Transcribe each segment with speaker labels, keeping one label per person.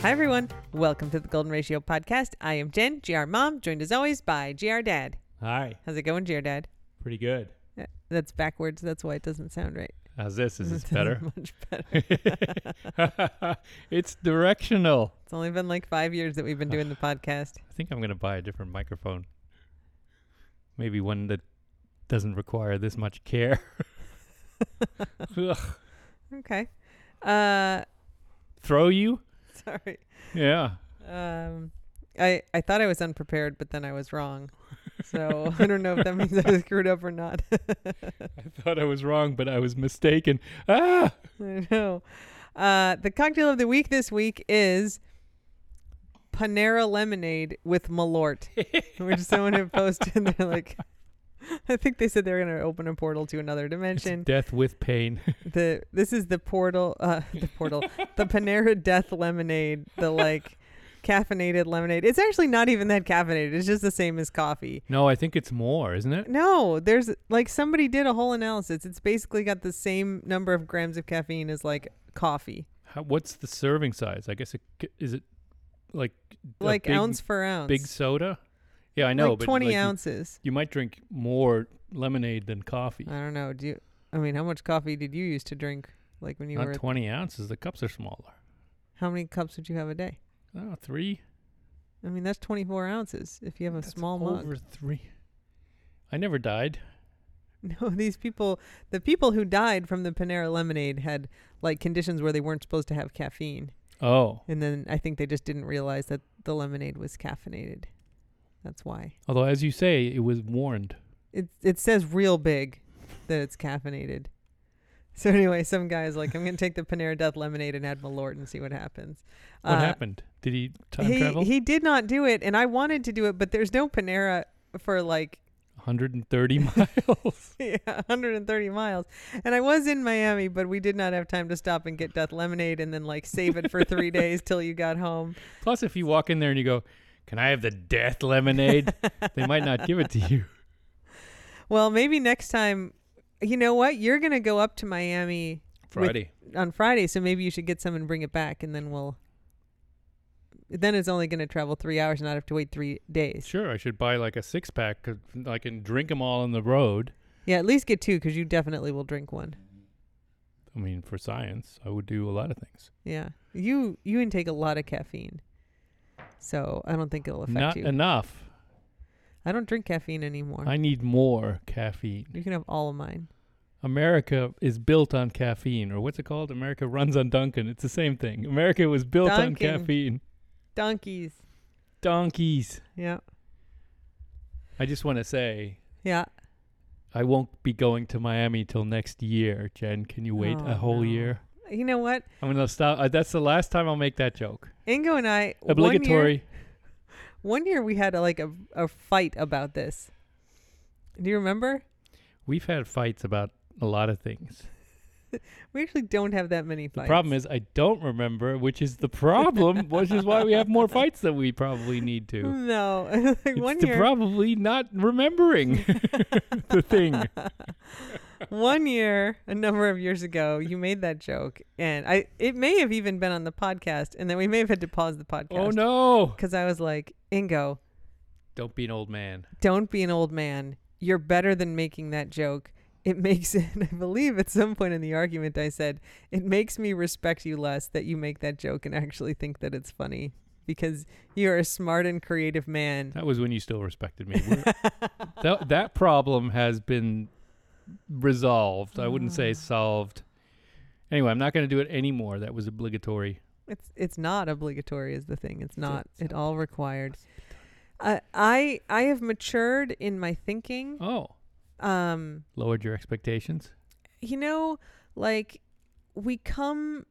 Speaker 1: Hi, everyone. Welcome to the Golden Ratio Podcast. I am Jen, GR Mom, joined as always by GR Dad.
Speaker 2: Hi.
Speaker 1: How's it going, GR Dad?
Speaker 2: Pretty good.
Speaker 1: Uh, That's backwards. That's why it doesn't sound right.
Speaker 2: How's this? Is this
Speaker 1: It doesn't
Speaker 2: better?
Speaker 1: Much better.
Speaker 2: it's directional.
Speaker 1: It's only been like five years that we've been doing the podcast.
Speaker 2: I think I'm going to buy a different microphone. Maybe one that doesn't require this much care. Ugh.
Speaker 1: Okay. Uh,
Speaker 2: Throw you?
Speaker 1: sorry.
Speaker 2: Yeah.
Speaker 1: Um, I I thought I was unprepared, but then I was wrong. So I don't know if that means I was screwed up or not.
Speaker 2: I thought I was wrong, but I was mistaken. Ah!
Speaker 1: I know. Uh, the cocktail of the week this week is Panera lemonade with Malort, which someone had posted. They're like, I think they said they're going to open a portal to another
Speaker 2: It's
Speaker 1: dimension.
Speaker 2: death with pain.
Speaker 1: The this is the portal, uh, the portal, the Panera Death lemonade, the like caffeinated lemonade. It's actually not even that caffeinated. It's just the same as coffee.
Speaker 2: no, I think it's more, isn't it?
Speaker 1: No, there's like somebody did a whole analysis. It's basically got the same number of grams of caffeine as like coffee.
Speaker 2: How, what's the serving size? I guess it c- is it like a
Speaker 1: like
Speaker 2: big-
Speaker 1: ounce for ounce.
Speaker 2: big soda. Yeah, I know,
Speaker 1: like
Speaker 2: but
Speaker 1: twenty
Speaker 2: like, you-
Speaker 1: ounces.
Speaker 2: You might drink more lemonade than coffee.
Speaker 1: I don't know. Do you? I mean, how much coffee did you used to drink? Like when you
Speaker 2: Not
Speaker 1: were,
Speaker 2: 20 ounces. The cups are smaller.
Speaker 1: how many cups would you have a day?
Speaker 2: Oh, three.
Speaker 1: I mean, that's twenty-four ounces if you have a
Speaker 2: That's
Speaker 1: small mug.
Speaker 2: Over three. I never died.
Speaker 1: No, these people, the people who died from the Panera lemonade had like conditions where they weren't supposed to have caffeine,
Speaker 2: Oh,
Speaker 1: and then I think they just didn't realize that the lemonade was caffeinated. That's why
Speaker 2: although as you say, it was warned.
Speaker 1: it it says real big that it's caffeinated. So anyway, some guy's like, I'm gonna take the Panera Death lemonade and add Malort and see what happens.
Speaker 2: What
Speaker 1: Uh,
Speaker 2: happened? Did he time
Speaker 1: he,
Speaker 2: travel?
Speaker 1: He did not do it, and I wanted to do it, but there's no Panera for like
Speaker 2: 130 miles.
Speaker 1: yeah, 130 miles. And I was in Miami, but we did not have time to stop and get Death Lemonade and then like save it for three days till you got home.
Speaker 2: Plus, if you walk in there and you go, "Can I have the death lemonade?" they might not give it to you.
Speaker 1: Well, maybe next time. You know what? You're gonna go up to Miami
Speaker 2: Friday.
Speaker 1: on Friday, so maybe you should get some and bring it back, and then we'll. Then it's only gonna travel three hours, and not have to wait three days.
Speaker 2: Sure, I should buy like a six pack. 'cause I can drink them all on the road.
Speaker 1: Yeah, at least get two, because you definitely will drink one.
Speaker 2: I mean, for science, I would do a lot of things.
Speaker 1: Yeah. You you intake a lot of caffeine. So I don't think it'll affect
Speaker 2: Not
Speaker 1: you.
Speaker 2: enough.
Speaker 1: I don't drink caffeine anymore.
Speaker 2: I need more caffeine.
Speaker 1: you can have all of mine.
Speaker 2: America is built on caffeine, or what's it called? America runs on Duncan. It's the same thing. America was built on
Speaker 1: Dunkin'.
Speaker 2: caffeine.
Speaker 1: Donkeys.
Speaker 2: Donkeys.
Speaker 1: Yeah.
Speaker 2: I just want to say,
Speaker 1: Yeah.
Speaker 2: I won't be going to Miami till next year. Jen, can you wait
Speaker 1: Oh,
Speaker 2: a whole
Speaker 1: no.
Speaker 2: year?
Speaker 1: You know what?
Speaker 2: I'm gonna stop. Uh, that's the last time I'll make that joke.
Speaker 1: Ingo and I One year,
Speaker 2: Obligatory.
Speaker 1: one year we had a, like a a fight about this. Do you remember?
Speaker 2: We've had fights about a lot of things.
Speaker 1: We actually don't have that many
Speaker 2: The
Speaker 1: fights.
Speaker 2: problem is I don't remember, which is the problem, which is why we have more fights than we probably need to.
Speaker 1: no. like
Speaker 2: It's
Speaker 1: one
Speaker 2: the
Speaker 1: year
Speaker 2: probably not remembering the thing.
Speaker 1: one year, a number of years ago, you made that joke and I it may have even been on the podcast and then we may have had to pause the podcast.
Speaker 2: Oh no!
Speaker 1: because I was like, Ingo,
Speaker 2: Don't be an old man.
Speaker 1: don't be an old man. You're better than making that joke. It makes it, I believe at some point in the argument, I said, it makes me respect you less that you make that joke and actually think that it's funny because you're a smart and creative man.
Speaker 2: That was when you still respected me. We're- that that problem has been resolved. I wouldn't
Speaker 1: Ah.
Speaker 2: say solved. Anyway, I'm not going to do it anymore. That was obligatory.
Speaker 1: It's it's not obligatory is the thing. It's not
Speaker 2: it's
Speaker 1: at all required. Uh, I I have matured in my thinking.
Speaker 2: Oh,
Speaker 1: Um,
Speaker 2: lowered your expectations.
Speaker 1: you know, like we come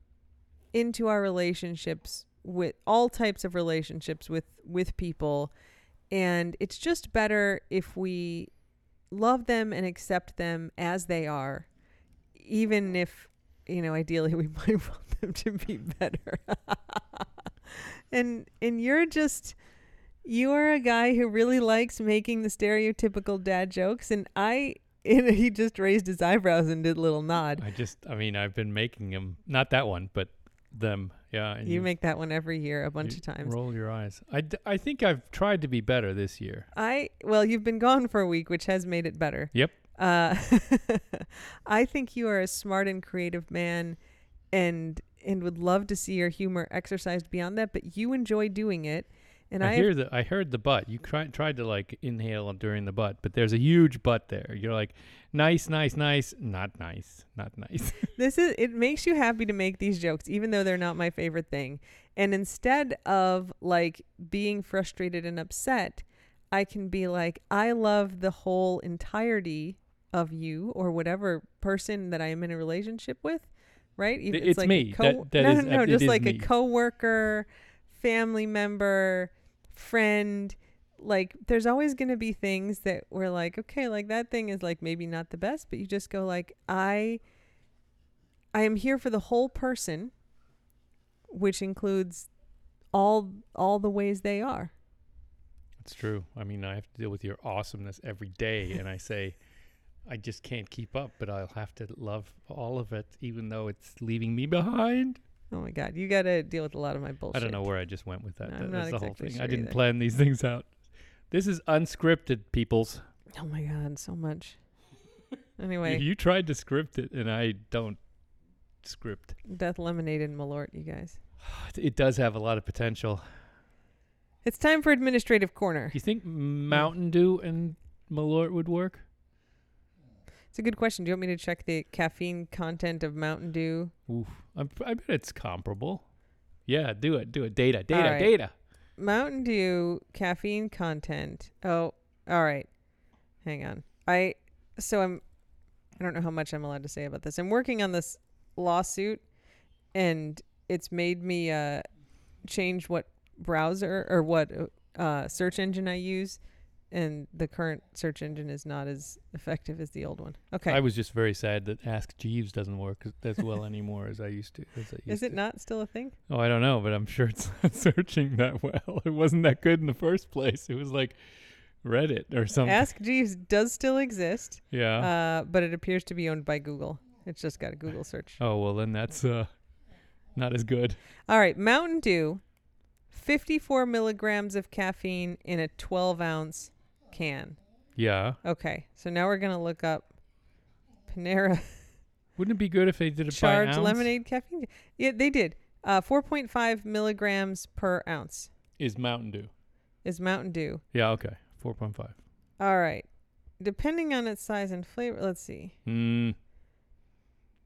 Speaker 1: into our relationships with all types of relationships with with people and it's just better if we love them and accept them as they are even if you know ideally we might want them to be better and and you're just you're a guy who really likes making the stereotypical dad jokes and i and he just raised his eyebrows and did a little nod
Speaker 2: I just, I mean, I've been making them. Not that one, but them. yeah. And
Speaker 1: You, make that one every year a bunch
Speaker 2: you
Speaker 1: of times.
Speaker 2: Roll your eyes. I, d- I think I've tried to be better this year.
Speaker 1: I well, you've been gone for a week, which has made it better.
Speaker 2: Yep.
Speaker 1: Uh, I think you are a smart and creative man, and and would love to see your humor exercised beyond that. But you enjoy doing it, and I,
Speaker 2: I
Speaker 1: have-
Speaker 2: hear the I heard the butt. You tried tried to like inhale during the butt, but there's a huge butt there. You're like nice, nice, nice, not nice, not nice.
Speaker 1: this is it makes you happy to make these jokes, even though they're not my favorite thing. And instead of like being frustrated and upset, I can be like, I love the whole entirety of you or whatever person that I am in a relationship with, right? Even-
Speaker 2: It's
Speaker 1: like a
Speaker 2: me.
Speaker 1: Co-
Speaker 2: That- that
Speaker 1: no,
Speaker 2: is-
Speaker 1: no, no,
Speaker 2: it
Speaker 1: just
Speaker 2: is
Speaker 1: like
Speaker 2: me.
Speaker 1: a coworker, family member, friend. Like, there's always going to be things that we're like, okay, like that thing is like maybe not the best, but you just go like, I, I am here for the whole person, which includes all all the ways they are.
Speaker 2: It's true. I mean, I have to deal with your awesomeness every day, and I say, I just can't keep up. But I'll have to love all of it, even though it's leaving me behind.
Speaker 1: Oh my god, you got to deal with a lot of my bullshit.
Speaker 2: I don't know where I just went with that.
Speaker 1: No,
Speaker 2: That-
Speaker 1: I'm not
Speaker 2: that's the whole
Speaker 1: exactly
Speaker 2: thing. I
Speaker 1: sure
Speaker 2: didn't
Speaker 1: either.
Speaker 2: plan these things out. This is unscripted, peoples.
Speaker 1: Oh my god, so much.
Speaker 2: You-
Speaker 1: Anyway,
Speaker 2: you tried to script it, and I don't script.
Speaker 1: Death Lemonade and Malort, you guys.
Speaker 2: It does have a lot of potential.
Speaker 1: It's time for administrative corner.
Speaker 2: Do you think Mountain Dew and Malort would work?
Speaker 1: It's a good question. Do you want me to check the caffeine content of Mountain Dew?
Speaker 2: Oof. I, I bet it's comparable. Yeah, do it. Do it. Data, data,
Speaker 1: right.
Speaker 2: data.
Speaker 1: Mountain Dew caffeine content. Oh, all right. Hang on. I so I'm I don't know how much I'm allowed to say about this. I'm working on this lawsuit and it's made me uh change what browser or what uh search engine I use and the current search engine is not as effective as the old one. Okay.
Speaker 2: I was just very sad that Ask Jeeves doesn't work as- as well anymore as I used to. as I
Speaker 1: is
Speaker 2: used
Speaker 1: it
Speaker 2: to.
Speaker 1: not still a thing?
Speaker 2: Oh, I don't know, but I'm sure it's not searching that well. It wasn't that good in the first place. It was like Reddit or something.
Speaker 1: Ask Jeeves does still exist,
Speaker 2: Um, yeah.
Speaker 1: uh, but it appears to be owned by Google. It's just got a Google search.
Speaker 2: oh, well, then that's uh, not as good.
Speaker 1: All right, Mountain Dew, 54 milligrams of caffeine in a 12 ounce can.
Speaker 2: Yeah.
Speaker 1: Okay, so now we're going to look up Panera
Speaker 2: Wouldn't it be good if they did it by
Speaker 1: Charge
Speaker 2: ounce?
Speaker 1: Lemonade Caffeine. Yeah, they did. Uh, 4.5 milligrams per ounce
Speaker 2: Is Mountain Dew.
Speaker 1: is Mountain Dew.
Speaker 2: Yeah, okay. 4.5.
Speaker 1: All right, depending on its size and flavor, let's see.
Speaker 2: Mm.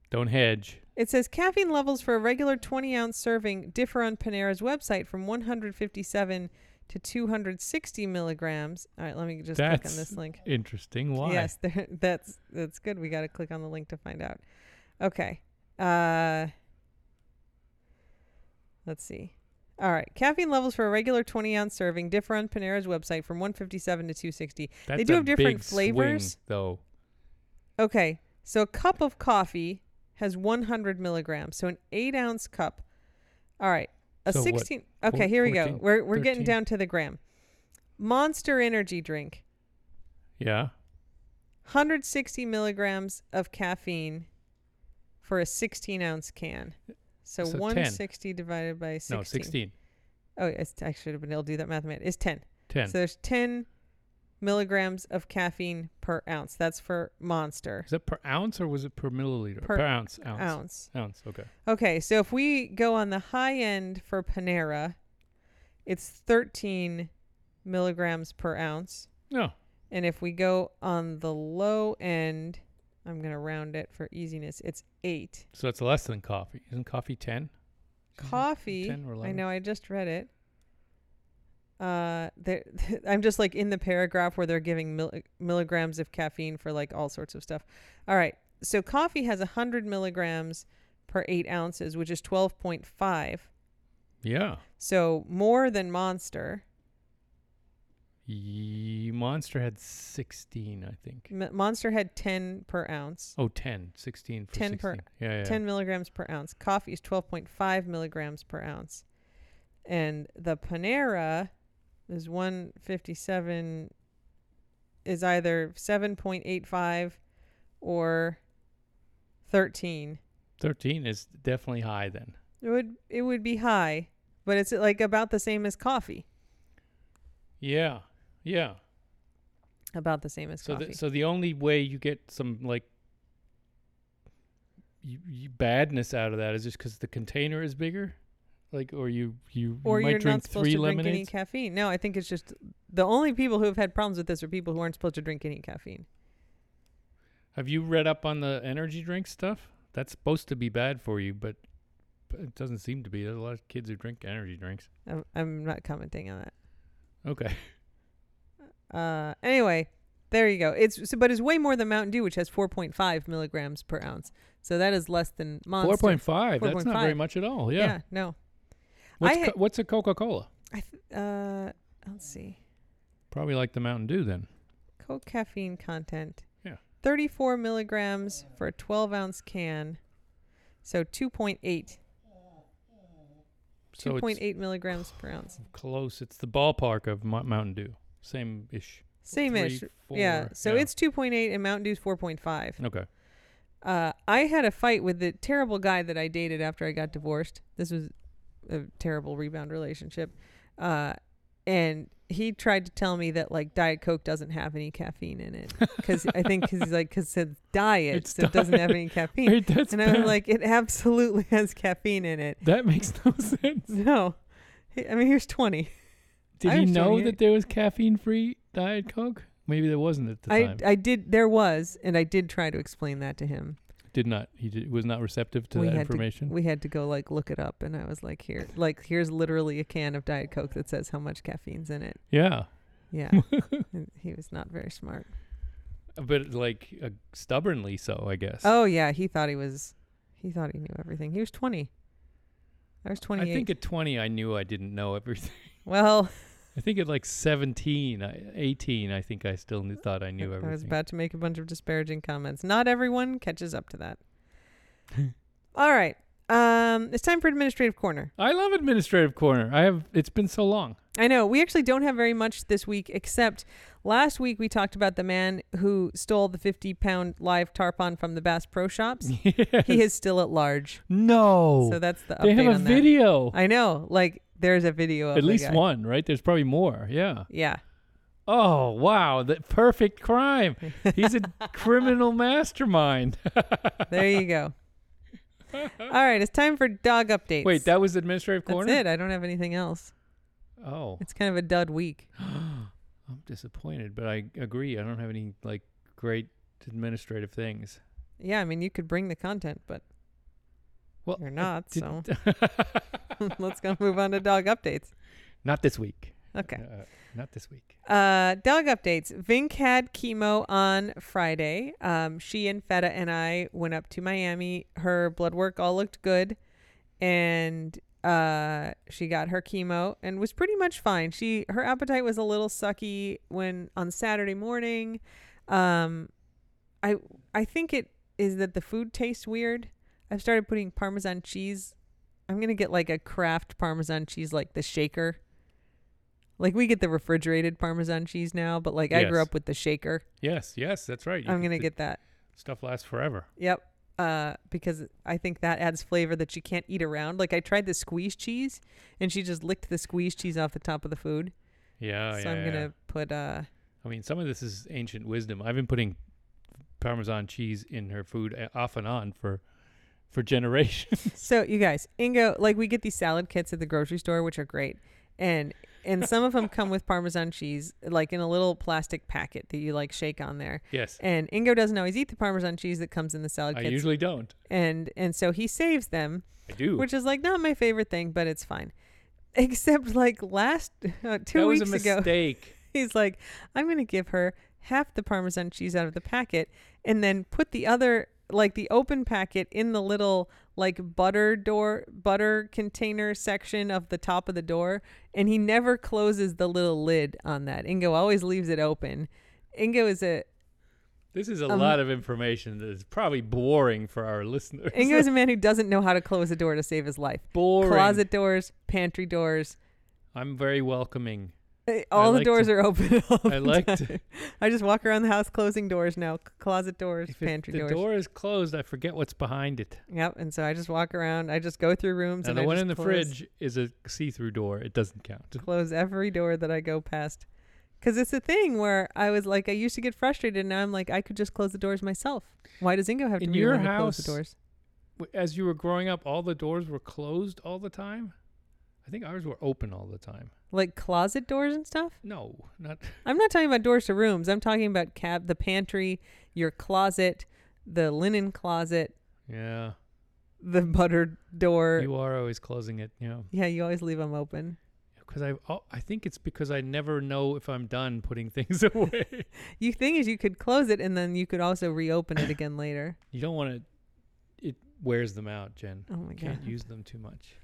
Speaker 2: Don't hedge.
Speaker 1: It says caffeine levels for a regular 20 ounce serving differ on Panera's website from 157 to 260 milligrams. All right, let me just click
Speaker 2: That's
Speaker 1: on this link.
Speaker 2: Interesting. Why?
Speaker 1: Yes, there, that's that's good. We got to click on the link to find out. Okay. Uh, let's see. All right. Caffeine levels for a regular 20 ounce serving differ on Panera's website from 157 to 260.
Speaker 2: That's
Speaker 1: do
Speaker 2: a
Speaker 1: have different
Speaker 2: big
Speaker 1: flavors.
Speaker 2: Swing, though.
Speaker 1: Okay, so a cup of coffee has 100 milligrams, so an eight ounce cup. All right, a
Speaker 2: So what,
Speaker 1: 16. okay,
Speaker 2: four-
Speaker 1: here we go.
Speaker 2: 14,
Speaker 1: We're we're getting
Speaker 2: 13?
Speaker 1: down to the gram. Monster Energy drink,
Speaker 2: Yeah.
Speaker 1: 160 milligrams of caffeine for a 16 ounce can. So,
Speaker 2: So 10.
Speaker 1: 160 divided by 16.
Speaker 2: No, 16.
Speaker 1: Oh, it's, I should have been able to do that math. It's 10.
Speaker 2: 10.
Speaker 1: So there's 10 milligrams of caffeine per ounce. That's for Monster
Speaker 2: Is that per ounce or was it per milliliter?
Speaker 1: Per
Speaker 2: ounce. Ounce.
Speaker 1: ounce.
Speaker 2: Ounce, Okay.
Speaker 1: Okay, so if we go on the high end for Panera, it's 13 milligrams per ounce.
Speaker 2: No.
Speaker 1: And if we go on the low end, I'm going to round it for easiness, it's eight.
Speaker 2: So that's less than coffee. Isn't coffee 10?
Speaker 1: Coffee,
Speaker 2: 10 or
Speaker 1: I
Speaker 2: 11?
Speaker 1: know, I just read it. Uh, there, I'm just like in the paragraph where they're giving mil- milligrams of caffeine for like all sorts of stuff. All right, so coffee has 100 milligrams per eight ounces, which is 12.5.
Speaker 2: Yeah.
Speaker 1: So more than Monster.
Speaker 2: Ye- Monster had 16, I think.
Speaker 1: M- Monster had 10 per ounce,
Speaker 2: Oh, 10. 16 for
Speaker 1: 10
Speaker 2: 16.
Speaker 1: per-
Speaker 2: yeah, yeah.
Speaker 1: 10 milligrams per ounce. Coffee is 12.5 milligrams per ounce. And the Panera is 157, is either 7.85 or 13.
Speaker 2: 13 is definitely high then.
Speaker 1: It would it would be high, but it's like about the same as coffee.
Speaker 2: Yeah. Yeah.
Speaker 1: About the same as
Speaker 2: So
Speaker 1: coffee.
Speaker 2: the, so the only way you get some like y y badness out of that is just because the container is bigger, like or you you,
Speaker 1: or
Speaker 2: you might
Speaker 1: you're
Speaker 2: drink
Speaker 1: not supposed
Speaker 2: three
Speaker 1: to
Speaker 2: lemonades.
Speaker 1: drink any caffeine. No, I think it's just the only people who have had problems with this are people who aren't supposed to drink any caffeine.
Speaker 2: Have you read up on the energy drink stuff? That's supposed to be bad for you, but, but it doesn't seem to be. There's a lot of kids who drink energy drinks.
Speaker 1: I'm, I'm not commenting on that.
Speaker 2: Okay.
Speaker 1: Uh, anyway, there you go. It's so, but it's way more than Mountain Dew, which has 4.5 milligrams per ounce. So that is less than Monster.
Speaker 2: 4.5. That's not very
Speaker 1: 4.5.
Speaker 2: much at all. Yeah.
Speaker 1: no.
Speaker 2: What's,
Speaker 1: I
Speaker 2: co-
Speaker 1: had-
Speaker 2: what's a Coca Cola?
Speaker 1: I th- uh, let's see.
Speaker 2: Probably like the Mountain Dew then.
Speaker 1: Coke caffeine content.
Speaker 2: Yeah.
Speaker 1: 34 milligrams for a 12 ounce can. So 2.8.
Speaker 2: So it's
Speaker 1: 2.8 milligrams per ounce.
Speaker 2: close. It's the ballpark of Mo- Mountain Dew. Same ish.
Speaker 1: Same ish. Yeah. So it's 2.8 and Mountain Dew's 4.5.
Speaker 2: Okay.
Speaker 1: Uh, I had a fight with the terrible guy that I dated after I got divorced. This was a terrible rebound relationship. Uh, and he tried to tell me that like Diet Coke doesn't have any caffeine in it because I think because he's like because it's diet,
Speaker 2: It's
Speaker 1: so it doesn't have
Speaker 2: diet.
Speaker 1: any caffeine.
Speaker 2: Wait, that's
Speaker 1: and I was
Speaker 2: bad.
Speaker 1: like, it absolutely has caffeine in it.
Speaker 2: that makes no sense.
Speaker 1: No, He- I mean here's twenty.
Speaker 2: Did
Speaker 1: I
Speaker 2: he
Speaker 1: understand
Speaker 2: know
Speaker 1: you-
Speaker 2: that there was caffeine free Diet Coke? Maybe there wasn't at the
Speaker 1: I
Speaker 2: time.
Speaker 1: I did there was and I did try to explain that to him.
Speaker 2: did not. He did, was not receptive to
Speaker 1: We
Speaker 2: that
Speaker 1: had to-
Speaker 2: information.
Speaker 1: We had to go like look it up, and I was like, here, like here's literally a can of Diet Coke that says how much caffeine's in it.
Speaker 2: yeah.
Speaker 1: Yeah, And he was not very smart.
Speaker 2: But like uh, stubbornly so, I guess.
Speaker 1: Oh yeah, he thought he was, he thought he knew everything. He was twenty. I was
Speaker 2: I
Speaker 1: twenty-eight.
Speaker 2: think at 20, I knew I didn't know everything.
Speaker 1: well,
Speaker 2: I think at like 17, I, 18, I think I still knew, thought I knew
Speaker 1: I
Speaker 2: everything.
Speaker 1: was about to make a bunch of disparaging comments. Not everyone catches up to that. All right, um, it's time for administrative corner.
Speaker 2: I love administrative corner. I have. It's been so long.
Speaker 1: I know. We actually don't have very much this week, except last week we talked about the man who stole the 50 pound live tarpon from the Bass Pro Shops. He is still at large.
Speaker 2: no.
Speaker 1: So that's the update
Speaker 2: Oh. they have a
Speaker 1: on
Speaker 2: video.
Speaker 1: that. I know. Like, there's a video of
Speaker 2: At
Speaker 1: the
Speaker 2: least
Speaker 1: guy.
Speaker 2: one, right? There's probably more. Yeah.
Speaker 1: Yeah.
Speaker 2: Oh wow, the perfect crime. He's a criminal mastermind.
Speaker 1: There you go. All right. It's time for dog updates.
Speaker 2: Wait, that was administrative
Speaker 1: that's
Speaker 2: corner.
Speaker 1: it. I don't have anything else.
Speaker 2: Oh,
Speaker 1: It's kind of a dud week.
Speaker 2: I'm disappointed, but I agree. I don't have any like great administrative things.
Speaker 1: Yeah. I mean, you could bring the content, but
Speaker 2: Well,
Speaker 1: you're not.
Speaker 2: did-
Speaker 1: so let's go move on to dog updates.
Speaker 2: not this week.
Speaker 1: Okay.
Speaker 2: Uh, not this week.
Speaker 1: Uh, dog updates. Vink had chemo on Friday. Um, she and Feta and I went up to Miami. Her blood work all looked good, and uh, she got her chemo and was pretty much fine. She her appetite was a little sucky when on Saturday morning. Um, I I think it is that the food tastes weird. I've started putting Parmesan cheese. I'm gonna get like a craft Parmesan cheese, like the shaker. Like we get the refrigerated Parmesan cheese now, but like I grew
Speaker 2: Yes.
Speaker 1: up with the shaker.
Speaker 2: Yes, yes, that's right. You
Speaker 1: I'm
Speaker 2: can-
Speaker 1: gonna
Speaker 2: the
Speaker 1: get that.
Speaker 2: stuff lasts forever.
Speaker 1: Yep. Uh, because I think that adds flavor that you can't eat around. Like I tried the squeeze cheese, and she just licked the squeeze cheese off the top of the food.
Speaker 2: Oh, Yeah,
Speaker 1: so
Speaker 2: yeah.
Speaker 1: I'm
Speaker 2: yeah.
Speaker 1: gonna put uh,
Speaker 2: I mean, some of this is ancient wisdom. I've been putting Parmesan cheese in her food uh, off and on for for generations.
Speaker 1: So you guys, Ingo, like we get these salad kits at the grocery store, which are great, and and some of them come with Parmesan cheese, like in a little plastic packet that you like shake on there.
Speaker 2: yes,
Speaker 1: And Ingo doesn't always eat the Parmesan cheese that comes in the salad
Speaker 2: I
Speaker 1: kits,
Speaker 2: usually don't.
Speaker 1: and and so he saves them,
Speaker 2: I do.
Speaker 1: which is like not my favorite thing, but it's fine. Except like last uh, two
Speaker 2: that
Speaker 1: weeks
Speaker 2: was a
Speaker 1: ago,
Speaker 2: mistake.
Speaker 1: he's like, I'm gonna give her half the Parmesan cheese out of the packet and then put the other like the open packet in the little like butter door butter container section of the top of the door and he never closes the little lid on that. Ingo always leaves it open. Ingo is a
Speaker 2: This is a
Speaker 1: Um,
Speaker 2: lot of information that is probably boring for our listeners.
Speaker 1: Ingo is a man who doesn't know how to close a door to save his life.
Speaker 2: boring.
Speaker 1: Closet doors, pantry doors,
Speaker 2: I'm very welcoming.
Speaker 1: Eh, All the
Speaker 2: like
Speaker 1: doors
Speaker 2: to-
Speaker 1: are open. All
Speaker 2: I
Speaker 1: the
Speaker 2: like
Speaker 1: time.
Speaker 2: to-
Speaker 1: I just walk around the house closing doors now, c- closet doors,
Speaker 2: If it-
Speaker 1: pantry
Speaker 2: the
Speaker 1: doors.
Speaker 2: door is closed, I forget what's behind it.
Speaker 1: Yep. And so I just walk around. I just go through rooms.
Speaker 2: Now,
Speaker 1: and
Speaker 2: the
Speaker 1: I
Speaker 2: one
Speaker 1: just
Speaker 2: in the
Speaker 1: close,
Speaker 2: fridge is a see-through door. It doesn't count.
Speaker 1: Close every door that I go past. Because it's a thing where I was like, I used to get frustrated. And now I'm like, I could just close the doors myself. Why does Ingo have to
Speaker 2: In
Speaker 1: be
Speaker 2: your
Speaker 1: the one to close the
Speaker 2: house-
Speaker 1: doors?
Speaker 2: W- As you were growing up, all the doors were closed all the time. I think ours were open all the time.
Speaker 1: Like closet doors and stuff?
Speaker 2: No, not
Speaker 1: I'm not talking about doors to rooms. I'm talking about cab, the pantry, your closet, the linen closet,
Speaker 2: yeah.
Speaker 1: the butter door.
Speaker 2: You are always closing it, you know.
Speaker 1: yeah, you always leave them open.
Speaker 2: Because I, oh, I think it's because I never know if I'm done putting things away.
Speaker 1: You thing is, you could close it and then you could also reopen it again later.
Speaker 2: you don't want to. It wears them out, Jen.
Speaker 1: Oh my
Speaker 2: You can't
Speaker 1: god.
Speaker 2: use them too much.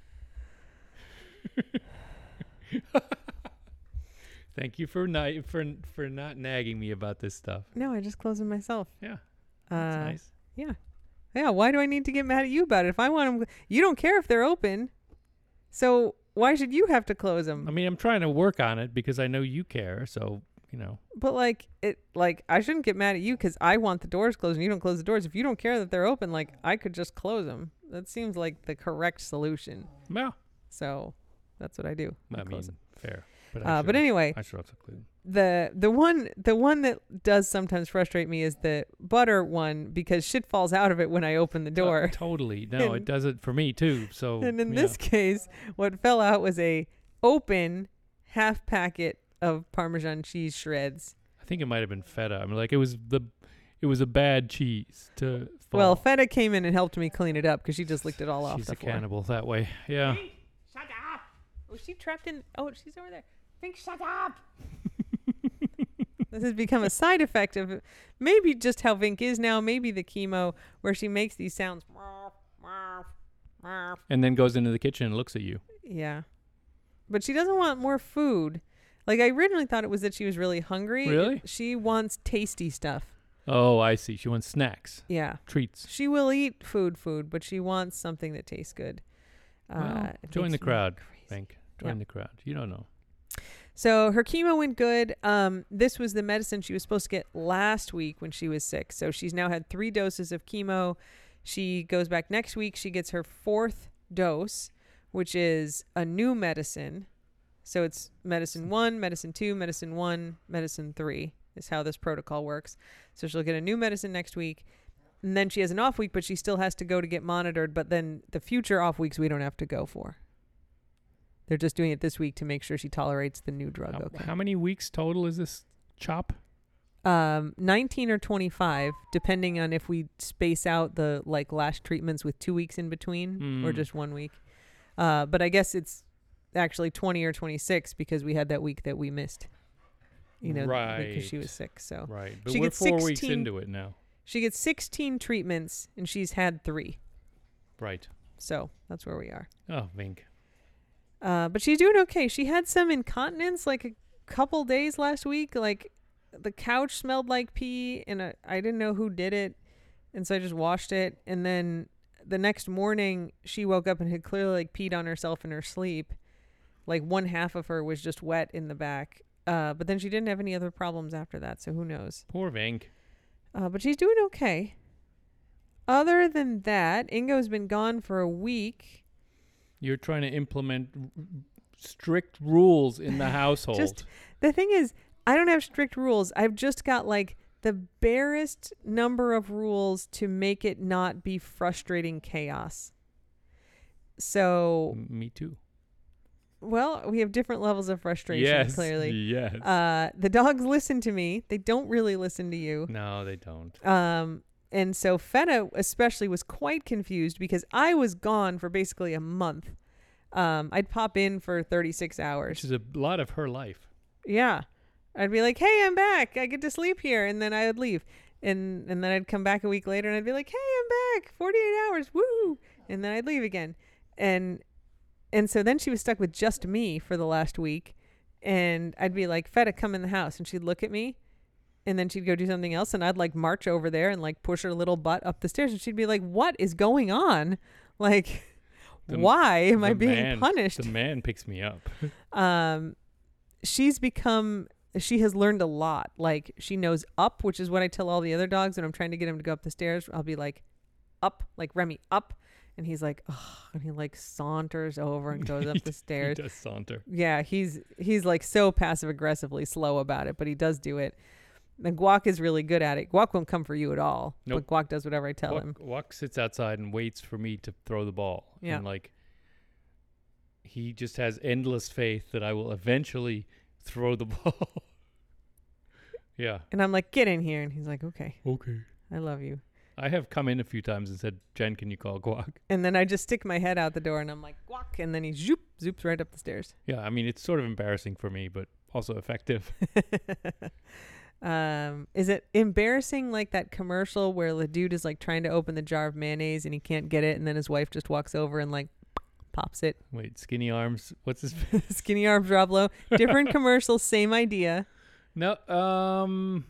Speaker 2: Thank you for not for for not nagging me about this stuff.
Speaker 1: no, I just closed them myself.
Speaker 2: Yeah,
Speaker 1: Uh,
Speaker 2: that's nice.
Speaker 1: Yeah, why do I need to get mad at you about it? If I want them, you don't care if they're open. So why should you have to close them?
Speaker 2: I mean, I'm trying to work on it because I know you care. So you know,
Speaker 1: But like it, like I shouldn't get mad at you because I want the doors closed and you don't close the doors. If you don't care that they're open, like I could just close them. That seems like the correct solution.
Speaker 2: well,
Speaker 1: So that's what I do.
Speaker 2: I mean,
Speaker 1: close them.
Speaker 2: fair. But, I
Speaker 1: Uh, but
Speaker 2: should-
Speaker 1: anyway,
Speaker 2: I should also include.
Speaker 1: the the one the one that does sometimes frustrate me is the butter one because shit falls out of it when I open the
Speaker 2: Uh,
Speaker 1: door.
Speaker 2: totally. No,
Speaker 1: And-
Speaker 2: it does it for me too. So
Speaker 1: and in
Speaker 2: Oh, yeah.
Speaker 1: this case, what fell out was a open half packet of Parmesan cheese shreds.
Speaker 2: I think it might have been feta. I mean, like it was the, it was a bad cheese to. Fall.
Speaker 1: Well, Feta came in and helped me clean it up because she just licked it all off
Speaker 2: Oh. she's
Speaker 1: the
Speaker 2: a
Speaker 1: floor.
Speaker 2: cannibal that way. Yeah.
Speaker 3: Shut up! Oh, she trapped in. Oh, she's over there. Think, shut up!
Speaker 1: This has become a side effect of maybe just how Vink is now, maybe the chemo, where she makes these sounds.
Speaker 2: And then goes into the kitchen and looks at you.
Speaker 1: Yeah. But she doesn't want more food. Like, I originally thought it was that she was really hungry.
Speaker 2: Really?
Speaker 1: She wants tasty stuff.
Speaker 2: Oh, I see. She wants snacks,
Speaker 1: Yeah.
Speaker 2: treats.
Speaker 1: She will eat food, food, but she wants something that tastes good. Uh,
Speaker 2: Well,
Speaker 1: it
Speaker 2: join
Speaker 1: makes
Speaker 2: the
Speaker 1: me
Speaker 2: crowd,
Speaker 1: crazy.
Speaker 2: Think. Join
Speaker 1: Yeah.
Speaker 2: the crowd. You don't know.
Speaker 1: So her chemo went good. Um, this was the medicine she was supposed to get last week when she was sick. So she's now had three doses of chemo. She goes back next week. She gets her fourth dose, which is a new medicine. So it's medicine one, medicine two, medicine one, medicine three is how this protocol works. So she'll get a new medicine next week. And then she has an off week, but she still has to go to get monitored. But then the future off weeks we don't have to go for. They're just doing it this week to make sure she tolerates the new drug.
Speaker 2: How,
Speaker 1: okay.
Speaker 2: how many weeks total is this chop?
Speaker 1: um, 19 or 25, depending on if we space out the like lash treatments with two weeks in between or
Speaker 2: Mm.
Speaker 1: just one week. Uh, but I guess it's actually 20 or 26 because we had that week that we missed, you know, because she
Speaker 2: Right.
Speaker 1: was sick. So
Speaker 2: Right. But
Speaker 1: Oh. She
Speaker 2: we're
Speaker 1: gets
Speaker 2: four weeks
Speaker 1: 16
Speaker 2: into it now.
Speaker 1: she gets 16 treatments and she's had three.
Speaker 2: Right.
Speaker 1: So that's where we are.
Speaker 2: Oh, Vink.
Speaker 1: Uh, but she's doing okay. She had some incontinence like a couple days last week. Like the couch smelled like pee, and I, I didn't know who did it. And so I just washed it. And then the next morning, she woke up and had clearly like peed on herself in her sleep. Like one half of her was just wet in the back. Uh, but then she didn't have any other problems after that. So who knows?
Speaker 2: Poor Vink.
Speaker 1: Uh, but she's doing okay. Other than that, Ingo's been gone for a week.
Speaker 2: You're trying to implement r- r- strict rules in the household.
Speaker 1: The thing is, I don't have strict rules. I've just got like the barest number of rules to make it not be frustrating chaos. So,
Speaker 2: M- Me too.
Speaker 1: well, we have different levels of frustration,
Speaker 2: yes.
Speaker 1: clearly.
Speaker 2: Yes.
Speaker 1: Uh, the dogs listen to me, they don't really listen to you.
Speaker 2: no, they don't.
Speaker 1: Um, and so Feta especially was quite confused because I was gone for basically a month. Um, I'd pop in for 36 hours.
Speaker 2: Which is a lot of her life.
Speaker 1: Yeah. I'd be like, "Hey, I'm back. I get to sleep here." And then I would leave. And and then I'd come back a week later and I'd be like, "Hey, I'm back. 48 hours. Woo!" And then I'd leave again. And and so then she was stuck with just me for the last week. And I'd be like, "Feta, come in the house." And she'd look at me. And then she'd go do something else and I'd like march over there and like push her little butt up the stairs and she'd be like, "What is going on?" Like
Speaker 2: The-
Speaker 1: why am I
Speaker 2: The
Speaker 1: being
Speaker 2: man-
Speaker 1: punished?
Speaker 2: The man picks me up.
Speaker 1: Um, she's become she has learned a lot. Like she knows up, which is what I tell all the other dogs when I'm trying to get him to go up the stairs. I'll be like, up, like Remy, up, and he's like, oh, and he like saunters over and goes up the
Speaker 2: He
Speaker 1: stairs.
Speaker 2: does saunter.
Speaker 1: Yeah, he's he's like so passive aggressively slow about it, but he does do it. And Guac is really good at it. Guac won't come for you at all.
Speaker 2: Nope.
Speaker 1: But Guac does whatever I tell
Speaker 2: Walk,
Speaker 1: him.
Speaker 2: Walk sits outside and waits for me to throw the ball.
Speaker 1: Yeah.
Speaker 2: And like he just has endless faith that I will eventually throw the ball. yeah.
Speaker 1: And I'm like, get in here. And he's like, okay,
Speaker 2: Okay.
Speaker 1: I love you.
Speaker 2: I have come in a few times and said, Jen, can you call Guac?
Speaker 1: And then I just stick my head out the door and I'm like, Guac. And then he zoop, zoops right up the stairs.
Speaker 2: Yeah, I mean it's sort of embarrassing for me, but also effective.
Speaker 1: um, is it embarrassing like that commercial where the dude is like trying to open the jar of mayonnaise and he can't get it? And then his wife just walks over and like pops it.
Speaker 2: Wait, skinny arms. What's his
Speaker 1: Skinny arm drop low. Different commercial, same idea.
Speaker 2: No, um,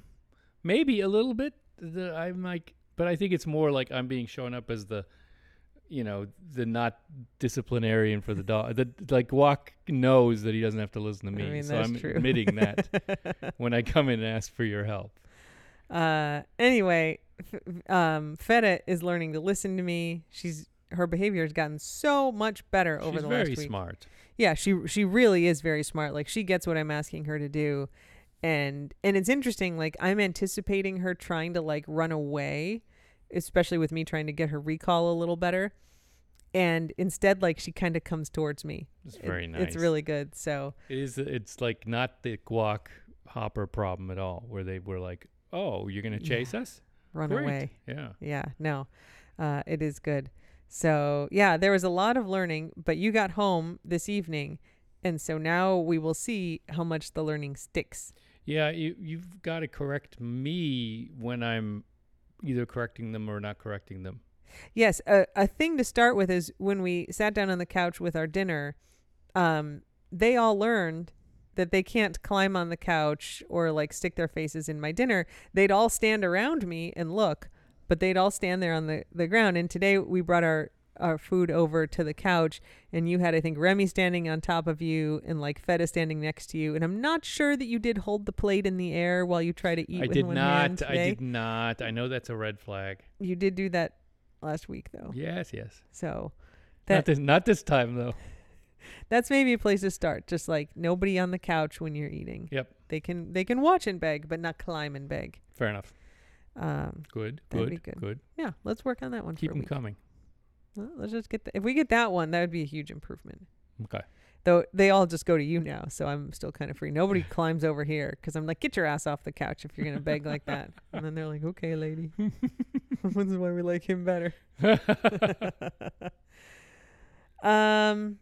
Speaker 2: maybe a little bit. The, I'm like, but I think it's more like I'm being shown up as the, you know, the not disciplinarian for the dog. The like walk knows that he doesn't have to listen to me,
Speaker 1: mean,
Speaker 2: so
Speaker 1: that's
Speaker 2: I'm
Speaker 1: true.
Speaker 2: admitting that when I come in and ask for your help.
Speaker 1: Uh, anyway, f- um, Feta is learning to listen to me. She's her behavior has gotten so much better over
Speaker 2: She's
Speaker 1: the
Speaker 2: very
Speaker 1: last week.
Speaker 2: smart.
Speaker 1: Yeah, she she really is very smart. Like she gets what I'm asking her to do. And and it's interesting like I'm anticipating her trying to like run away, especially with me trying to get her recall a little better. And instead like she kind of comes towards me.
Speaker 2: It's
Speaker 1: It-
Speaker 2: very nice.
Speaker 1: It's really good. So,
Speaker 2: It is. It's like not the guac hopper problem at all, where they were like, "Oh, you're gonna
Speaker 1: Yeah.
Speaker 2: chase us?
Speaker 1: run
Speaker 2: Great.
Speaker 1: away.
Speaker 2: Yeah,
Speaker 1: Yeah, no, uh, it is good. So, yeah, there was a lot of learning, but you got home this evening. And so now we will see how much the learning sticks.
Speaker 2: Yeah, you you've got to correct me when I'm either correcting them or not correcting them.
Speaker 1: Yes, a, a thing to start with is when we sat down on the couch with our dinner, um, they all learned that they can't climb on the couch or like stick their faces in my dinner. They'd all stand around me and look, but they'd all stand there on the, the ground. And today we brought our, our food over to the couch, and you had, I think, Remy standing on top of you and like Feta standing next to you. And I'm not sure that you did hold the plate in the air while you try to eat
Speaker 2: I
Speaker 1: with
Speaker 2: did
Speaker 1: one hand
Speaker 2: not. I
Speaker 1: today.
Speaker 2: did not. I know that's a red flag.
Speaker 1: You did do that last week, though.
Speaker 2: Yes, yes.
Speaker 1: So.
Speaker 2: not
Speaker 1: Oh. That-
Speaker 2: this. Not this time though.
Speaker 1: that's maybe a place to start. Just like nobody on the couch when you're eating.
Speaker 2: Yep.
Speaker 1: They can they can watch and beg, but not climb and beg.
Speaker 2: Fair enough.
Speaker 1: Um,
Speaker 2: Good.
Speaker 1: That'd
Speaker 2: Good.
Speaker 1: be
Speaker 2: Good.
Speaker 1: good. yeah, let's work on that one.
Speaker 2: Keep
Speaker 1: for a
Speaker 2: them
Speaker 1: week.
Speaker 2: coming.
Speaker 1: Well, Let's just get the, if we get that one, that would be a huge improvement.
Speaker 2: Okay.
Speaker 1: Though they all just go to you now, so I'm still kind of free. Nobody climbs over here because I'm like, get your ass off the couch if you're gonna beg like that. And then they're like, okay, lady. this is why we like him better. um,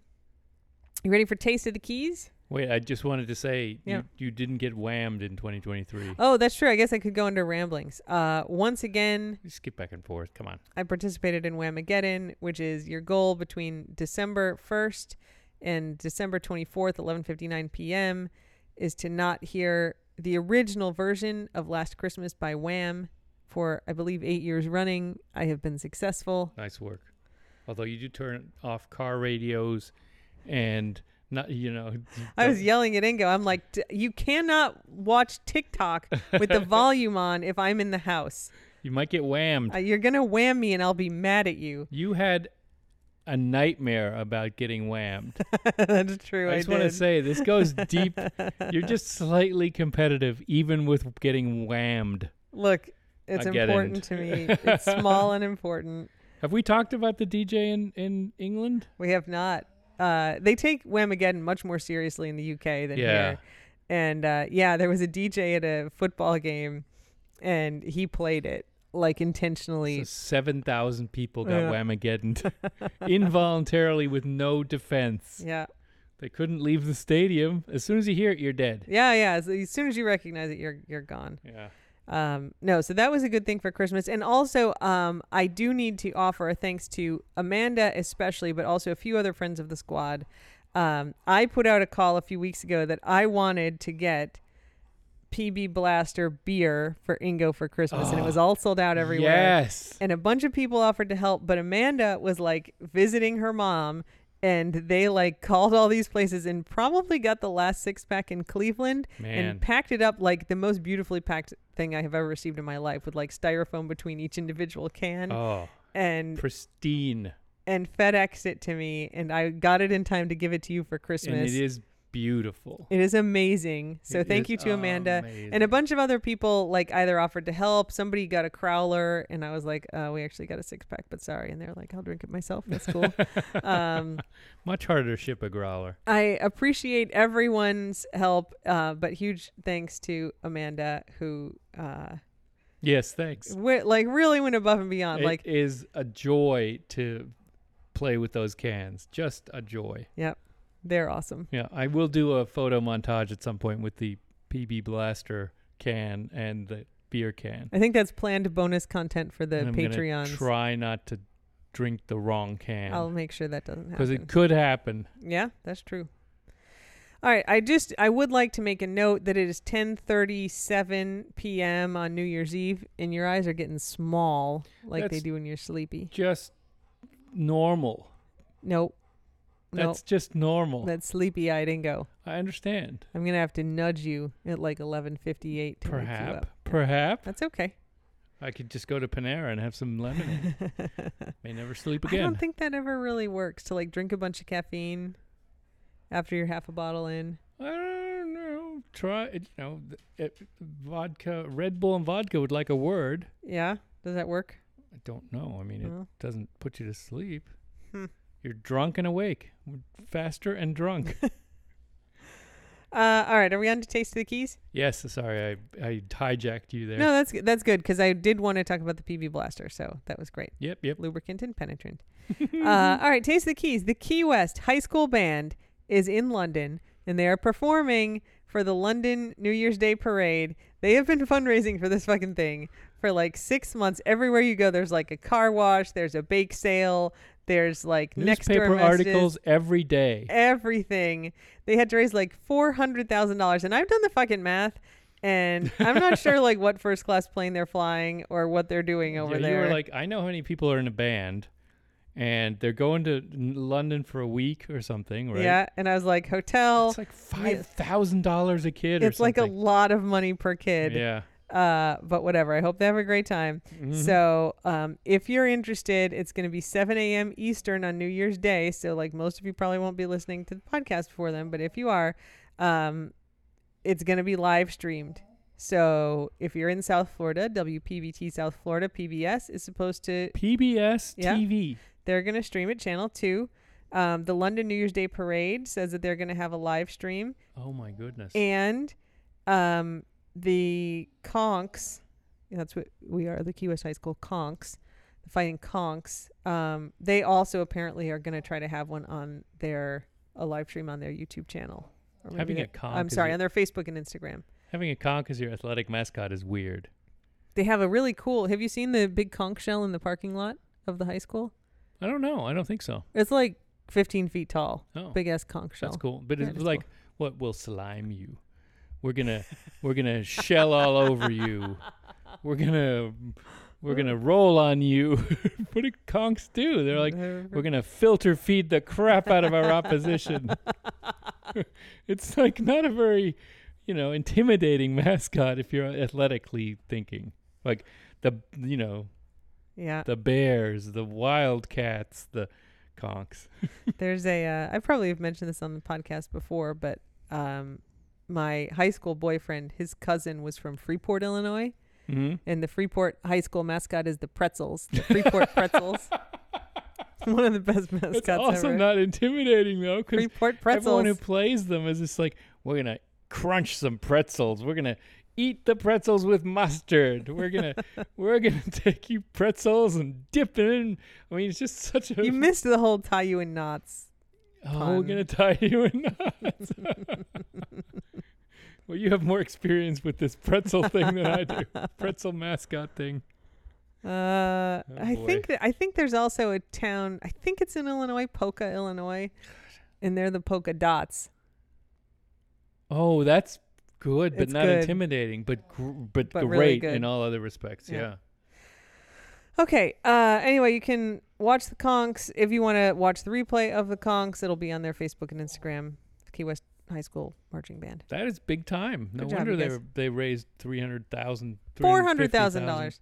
Speaker 1: you ready for taste of the keys?
Speaker 2: Wait, I just wanted to say
Speaker 1: Yeah.
Speaker 2: you, you didn't get whammed in 2023.
Speaker 1: Oh, that's true. I guess I could go into ramblings. Uh, once again,
Speaker 2: You skip back and forth. Come on.
Speaker 1: I participated in Whamageddon, which is your goal between December 1st and December 24th, 11:59 p.m., is to not hear the original version of Last Christmas by Wham. For I believe eight years running, I have been successful.
Speaker 2: Nice work. Although you do turn off car radios, and not you know.
Speaker 1: I was
Speaker 2: don't-
Speaker 1: yelling at Ingo. I'm like, "D- you cannot watch TikTok with the volume on if I'm in the house.
Speaker 2: You might get whammed.
Speaker 1: Uh, you're gonna wham me, and I'll be mad at you.
Speaker 2: You had a nightmare about getting whammed.
Speaker 1: That's true.
Speaker 2: I
Speaker 1: I,
Speaker 2: just want to
Speaker 1: did.
Speaker 2: say this goes deep. You're just slightly competitive, even with getting whammed.
Speaker 1: Look, it's
Speaker 2: I get it.
Speaker 1: important to me. It's small and important.
Speaker 2: Have we talked about the DJ in, in England?
Speaker 1: We have not. Uh, they take Whamageddon much more seriously in the UK than
Speaker 2: Yeah.
Speaker 1: here. And uh, yeah, there was a DJ at a football game, and he played it like intentionally.
Speaker 2: So 7,000 people got
Speaker 1: Yeah.
Speaker 2: whamageddoned involuntarily with no defense.
Speaker 1: yeah,
Speaker 2: They couldn't leave the stadium. As soon as you hear it, you're dead.
Speaker 1: yeah, yeah. So as soon as you recognize it, you're you're gone.
Speaker 2: Yeah.
Speaker 1: Um, no, so that was a good thing for Christmas. And also, um, I do need to offer a thanks to Amanda, especially, but also a few other friends of the squad. Um, I put out a call a few weeks ago that I wanted to get PB Blaster beer for Ingo for Christmas, and it was all sold out everywhere.
Speaker 2: Yes.
Speaker 1: And a bunch of people offered to help, but Amanda was like visiting her mom and they like called all these places and probably got the last six pack in Cleveland
Speaker 2: Man.
Speaker 1: and packed it up like the most beautifully packed thing I have ever received in my life with like styrofoam between each individual can
Speaker 2: Oh,
Speaker 1: and
Speaker 2: pristine.
Speaker 1: and FedEx it to me and I got it in time to give it to you for Christmas.
Speaker 2: And it is beautiful.
Speaker 1: It is amazing. So
Speaker 2: It
Speaker 1: thank
Speaker 2: is
Speaker 1: you to Amanda and a
Speaker 2: amazing.
Speaker 1: bunch of other people. Like either offered to help, somebody got a crowler, and I was like, uh, "We actually got a six pack, but sorry." And they're like, "I'll drink it myself. That's cool." um,
Speaker 2: Much harder to ship a growler.
Speaker 1: I appreciate everyone's help, uh, but huge thanks to Amanda who, uh,
Speaker 2: Yes, thanks.
Speaker 1: went, like, really went above and beyond.
Speaker 2: It
Speaker 1: like,
Speaker 2: is a joy to play with those cans. Just a joy.
Speaker 1: yep, they're awesome.
Speaker 2: Yeah, I will do a photo montage at some point with the PB Blaster can and the beer can.
Speaker 1: I think that's planned bonus content for the
Speaker 2: And I'm gonna
Speaker 1: Patreons.
Speaker 2: Try not to drink the wrong
Speaker 1: I'll
Speaker 2: can
Speaker 1: make sure that doesn't happen.
Speaker 2: because it could happen.
Speaker 1: Yeah, that's true. All right, I just I would like to make a note that it is 10:37 p.m. on New Year's Eve and your eyes are getting small like they
Speaker 2: That's-
Speaker 1: do when you're sleepy.
Speaker 2: Just normal.
Speaker 1: Nope.
Speaker 2: That's just normal.
Speaker 1: nope. That's sleepy eyed and go.
Speaker 2: I understand.
Speaker 1: I'm going to have to nudge you at like 11:58 to wake you
Speaker 2: Perhaps,
Speaker 1: up.
Speaker 2: perhaps
Speaker 1: That's okay.
Speaker 2: I could just go to Panera and have some lemonade. May never sleep
Speaker 1: I don't
Speaker 2: again.
Speaker 1: think that ever really works to like drink a bunch of caffeine after you're half a bottle in.
Speaker 2: I don't know. Try it. You know, th- it, vodka, Red Bull, and vodka would like a word.
Speaker 1: Yeah? Does that work?
Speaker 2: I don't know. I mean, it
Speaker 1: No.
Speaker 2: doesn't put you to sleep.
Speaker 1: Mm. Hmm.
Speaker 2: You're drunk and awake, faster and drunk.
Speaker 1: Uh, all right, are we on to taste of the keys?
Speaker 2: yes, sorry, I I hijacked you there.
Speaker 1: No, that's g- that's good because I did want to talk about the PV blaster, so that was great.
Speaker 2: Yep, yep.
Speaker 1: Lubricant and penetrant. uh, all right, taste the keys. The Key West High School Band is in London, and they are performing for the London New Year's Day Parade. They have been fundraising for this fucking thing for like six months. Everywhere you go, there's like a car wash, there's a bake sale, there's like next door
Speaker 2: Newspaper articles every day.
Speaker 1: everything. They had to raise like four hundred thousand dollars, and I've done the fucking math, and I'm not sure like what first class plane they're flying or what they're doing over
Speaker 2: Yeah,
Speaker 1: there.
Speaker 2: You were like, I know how many people are in a band, and they're going to N- London for a week or something, right?
Speaker 1: Yeah, and I was like, hotel.
Speaker 2: It's like five thousand dollars a kid.
Speaker 1: It's
Speaker 2: or
Speaker 1: like a
Speaker 2: something.
Speaker 1: lot of money per kid.
Speaker 2: yeah. Mm-hmm.
Speaker 1: Uh, but whatever. I hope they have a great time. So, um, if you're interested, it's going to be 7 a.m. Eastern on New Year's Day. So, like most of you probably won't be listening to the podcast before then, but if you are, um, it's going to be live streamed. So, if you're in South Florida, WPBT South Florida PBS is supposed to
Speaker 2: PBS
Speaker 1: Yeah.
Speaker 2: TV.
Speaker 1: they're going to stream it channel 2. Um, the London New Year's Day parade says that they're going to have a live stream
Speaker 2: Oh my goodness.
Speaker 1: and um, the conks that's what we are the key west high school conks the fighting conks um, they also apparently are going to try to have one on their a live stream on their youtube channel Or maybe
Speaker 2: Having
Speaker 1: their-
Speaker 2: a conk
Speaker 1: i'm
Speaker 2: is
Speaker 1: sorry
Speaker 2: a-
Speaker 1: on their facebook and instagram
Speaker 2: Having a conch as your athletic mascot is weird.
Speaker 1: they have a really cool have you seen the big conch shell in the parking lot of the high school
Speaker 2: I don't know. I don't think so.
Speaker 1: it's like 15 feet tall
Speaker 2: Oh,
Speaker 1: big ass conch shell
Speaker 2: that's cool. But
Speaker 1: Yeah,
Speaker 2: it's
Speaker 1: it is
Speaker 2: like, what will slime you? We're gonna, we're gonna shell all over you. We're gonna, we're gonna roll on you. what do conchs do? They're like, we're gonna filter feed the crap out of our opposition. it's like not a very, you know, intimidating mascot if you're athletically thinking. Like the, you know,
Speaker 1: yeah
Speaker 2: the bears, the wildcats, the conchs.
Speaker 1: There's a. Uh, I probably have mentioned this on the podcast before, but um, my high school boyfriend, his cousin was from Freeport, Illinois,
Speaker 2: Mm-hmm.
Speaker 1: and the Freeport high school mascot is the Pretzels, the Freeport Pretzels. One of the best mascots
Speaker 2: It's also
Speaker 1: ever.
Speaker 2: not intimidating though, because
Speaker 1: Freeport
Speaker 2: everyone who
Speaker 1: Pretzels.
Speaker 2: plays them is just like, we're gonna crunch some pretzels. We're gonna eat the pretzels with mustard. We're gonna we're gonna take you pretzels and dip it in. I mean, it's just such a
Speaker 1: You missed the whole tie you in knots.
Speaker 2: oh, we're
Speaker 1: pun.
Speaker 2: gonna tie you in knots. well, you have more experience with this pretzel thing than I do. Pretzel mascot thing.
Speaker 1: Uh, I
Speaker 2: Oh, boy.
Speaker 1: think that I think there's also a town. I think it's in Illinois, Polka, Illinois, and they're the polka dots.
Speaker 2: Oh, that's good, but
Speaker 1: It's
Speaker 2: not
Speaker 1: good.
Speaker 2: intimidating, but gr- but,
Speaker 1: But really
Speaker 2: great
Speaker 1: good.
Speaker 2: in all other respects.
Speaker 1: Yeah.
Speaker 2: Yeah.
Speaker 1: Okay. Uh, anyway, you can watch the conks. If you want to watch the replay of the conks, it'll be on their Facebook and Instagram. Key West High School Marching Band.
Speaker 2: That is big time. No
Speaker 1: Good job,
Speaker 2: wonder
Speaker 1: you
Speaker 2: they
Speaker 1: guys.
Speaker 2: were, they raised three hundred thousand.
Speaker 1: Four hundred thousand dollars.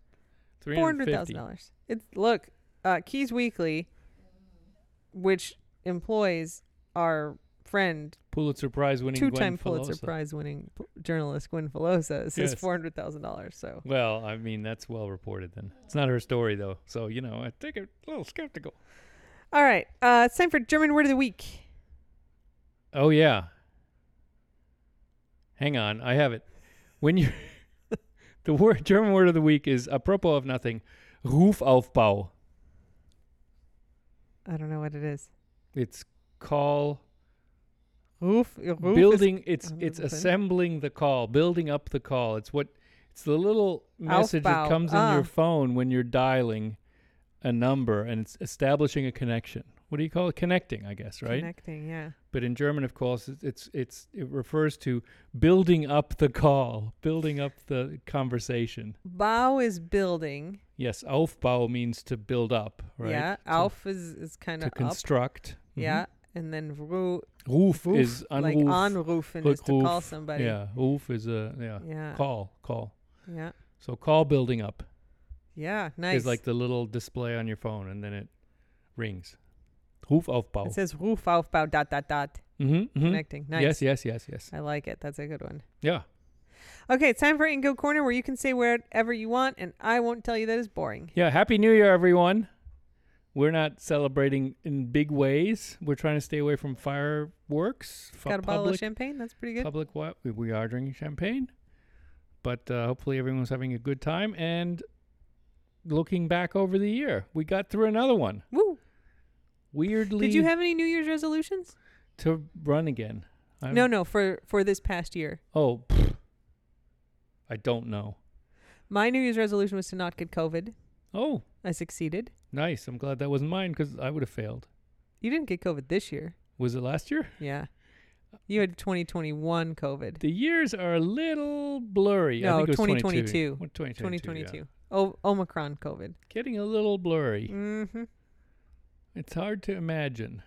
Speaker 1: Four hundred thousand dollars. It's look, uh, Keys Weekly, which employs our friend,
Speaker 2: Pulitzer Prize winning
Speaker 1: two-time Pulitzer Prize winning p- journalist Gwen Filosa, says
Speaker 2: Yes.
Speaker 1: four hundred thousand dollars. So
Speaker 2: Well, I mean that's well reported. Then it's not her story though, so you know I take it a little skeptical.
Speaker 1: all right, uh, it's time for German word of the week.
Speaker 2: Oh yeah. Hang on, I have it. When you the word German word of the week is apropos of nothing, Rufaufbau.
Speaker 1: I don't know what it is.
Speaker 2: It's call
Speaker 1: Roof, your roof is-
Speaker 2: building it's
Speaker 1: I'm
Speaker 2: it's
Speaker 1: open.
Speaker 2: assembling the call building up the call it's what it's the little message
Speaker 1: Aufbau.
Speaker 2: that comes in
Speaker 1: Ah.
Speaker 2: your phone when you're dialing a number and it's establishing a connection what do you call it connecting i guess right
Speaker 1: connecting. Yeah.
Speaker 2: but in german of course it's, it's it's it refers to building up the call building up the conversation
Speaker 1: Bau is building.
Speaker 2: yes aufbau means to build up right
Speaker 1: Yeah.
Speaker 2: To-
Speaker 1: Auf is is kind
Speaker 2: to
Speaker 1: of up.
Speaker 2: construct Mhm.
Speaker 1: Yeah. And then Ru
Speaker 2: ruf,
Speaker 1: Ruf,
Speaker 2: is anruf
Speaker 1: like anrufen is to call
Speaker 2: Rückruf.
Speaker 1: somebody.
Speaker 2: yeah ruf is a yeah,
Speaker 1: Yeah.
Speaker 2: call call
Speaker 1: Yeah.
Speaker 2: so call building up
Speaker 1: Yeah. Nice.
Speaker 2: is like the little display on your phone, and then it rings. Rufaufbau.
Speaker 1: it says Rufaufbau dot dot dot
Speaker 2: oh. Mm-hmm,
Speaker 1: connecting. Nice.
Speaker 2: Yes, yes, yes, yes.
Speaker 1: I like it. That's a good one.
Speaker 2: Yeah.
Speaker 1: Okay, it's time for Ingo Corner where you can say whatever you want and I won't tell you that is boring.
Speaker 2: Yeah. Happy New Year, everyone. We're not celebrating in big ways. We're trying to stay away from fireworks. fu-
Speaker 1: Got a bottle of
Speaker 2: public-
Speaker 1: champagne? That's pretty good.
Speaker 2: Public what? We- We are drinking champagne, but uh, hopefully everyone's having a good time and looking back over the year. We got through another one.
Speaker 1: Woo.
Speaker 2: Weirdly,
Speaker 1: Did you have any New Year's resolutions?
Speaker 2: to run again? I'm-
Speaker 1: no, no, for for this past year.
Speaker 2: Oh, pfft. I don't know.
Speaker 1: My New Year's resolution was to not get COVID.
Speaker 2: Oh,
Speaker 1: I succeeded.
Speaker 2: nice. I'm glad that wasn't mine because I would have failed.
Speaker 1: You didn't get COVID this year.
Speaker 2: Was it last year?
Speaker 1: Yeah. You had 2021 COVID.
Speaker 2: The years are a little blurry. I
Speaker 1: No,
Speaker 2: think it was
Speaker 1: 2022.
Speaker 2: 22. What, 2022.
Speaker 1: 2022.
Speaker 2: yeah.
Speaker 1: Oh, Omicron COVID.
Speaker 2: Getting a little blurry.
Speaker 1: Mm-hmm.
Speaker 2: It's hard to imagine.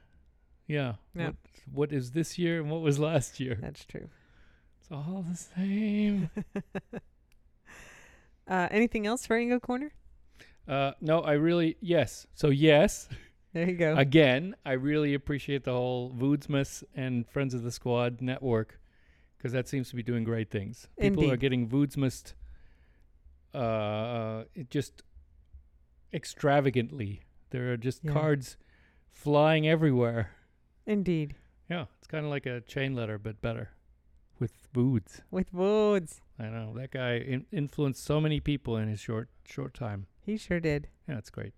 Speaker 2: Yeah.
Speaker 1: Yeah.
Speaker 2: What, what is this year and what was last year?
Speaker 1: That's true.
Speaker 2: It's all the same.
Speaker 1: Uh, anything else for Ingo Corner?
Speaker 2: uh, no, I really, yes. So, yes.
Speaker 1: There you go.
Speaker 2: Again, I really appreciate the whole Voodsmas and Friends of the Squad network because that seems to be doing great things. People are
Speaker 1: Indeed.
Speaker 2: getting Voodsmased uh, it just extravagantly. There are just
Speaker 1: Yeah.
Speaker 2: cards flying everywhere.
Speaker 1: Indeed.
Speaker 2: Yeah, it's kind of like a chain letter, but better with Voods.
Speaker 1: With Woods.
Speaker 2: I know that guy in- influenced so many people in his short short time.
Speaker 1: He sure did.
Speaker 2: Yeah, it's great.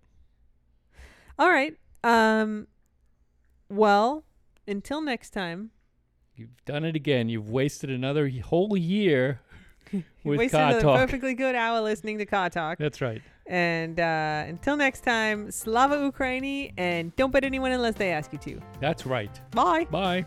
Speaker 1: All right. Um, well, until next time.
Speaker 2: You've done it again. You've wasted another y- whole year
Speaker 1: You
Speaker 2: with
Speaker 1: wasted
Speaker 2: car
Speaker 1: a
Speaker 2: talk.
Speaker 1: perfectly good hour listening to Car Talk.
Speaker 2: That's right.
Speaker 1: And uh, until next time, Slava Ukraini, and don't bet anyone unless they ask you to.
Speaker 2: That's right.
Speaker 1: Bye.
Speaker 2: Bye.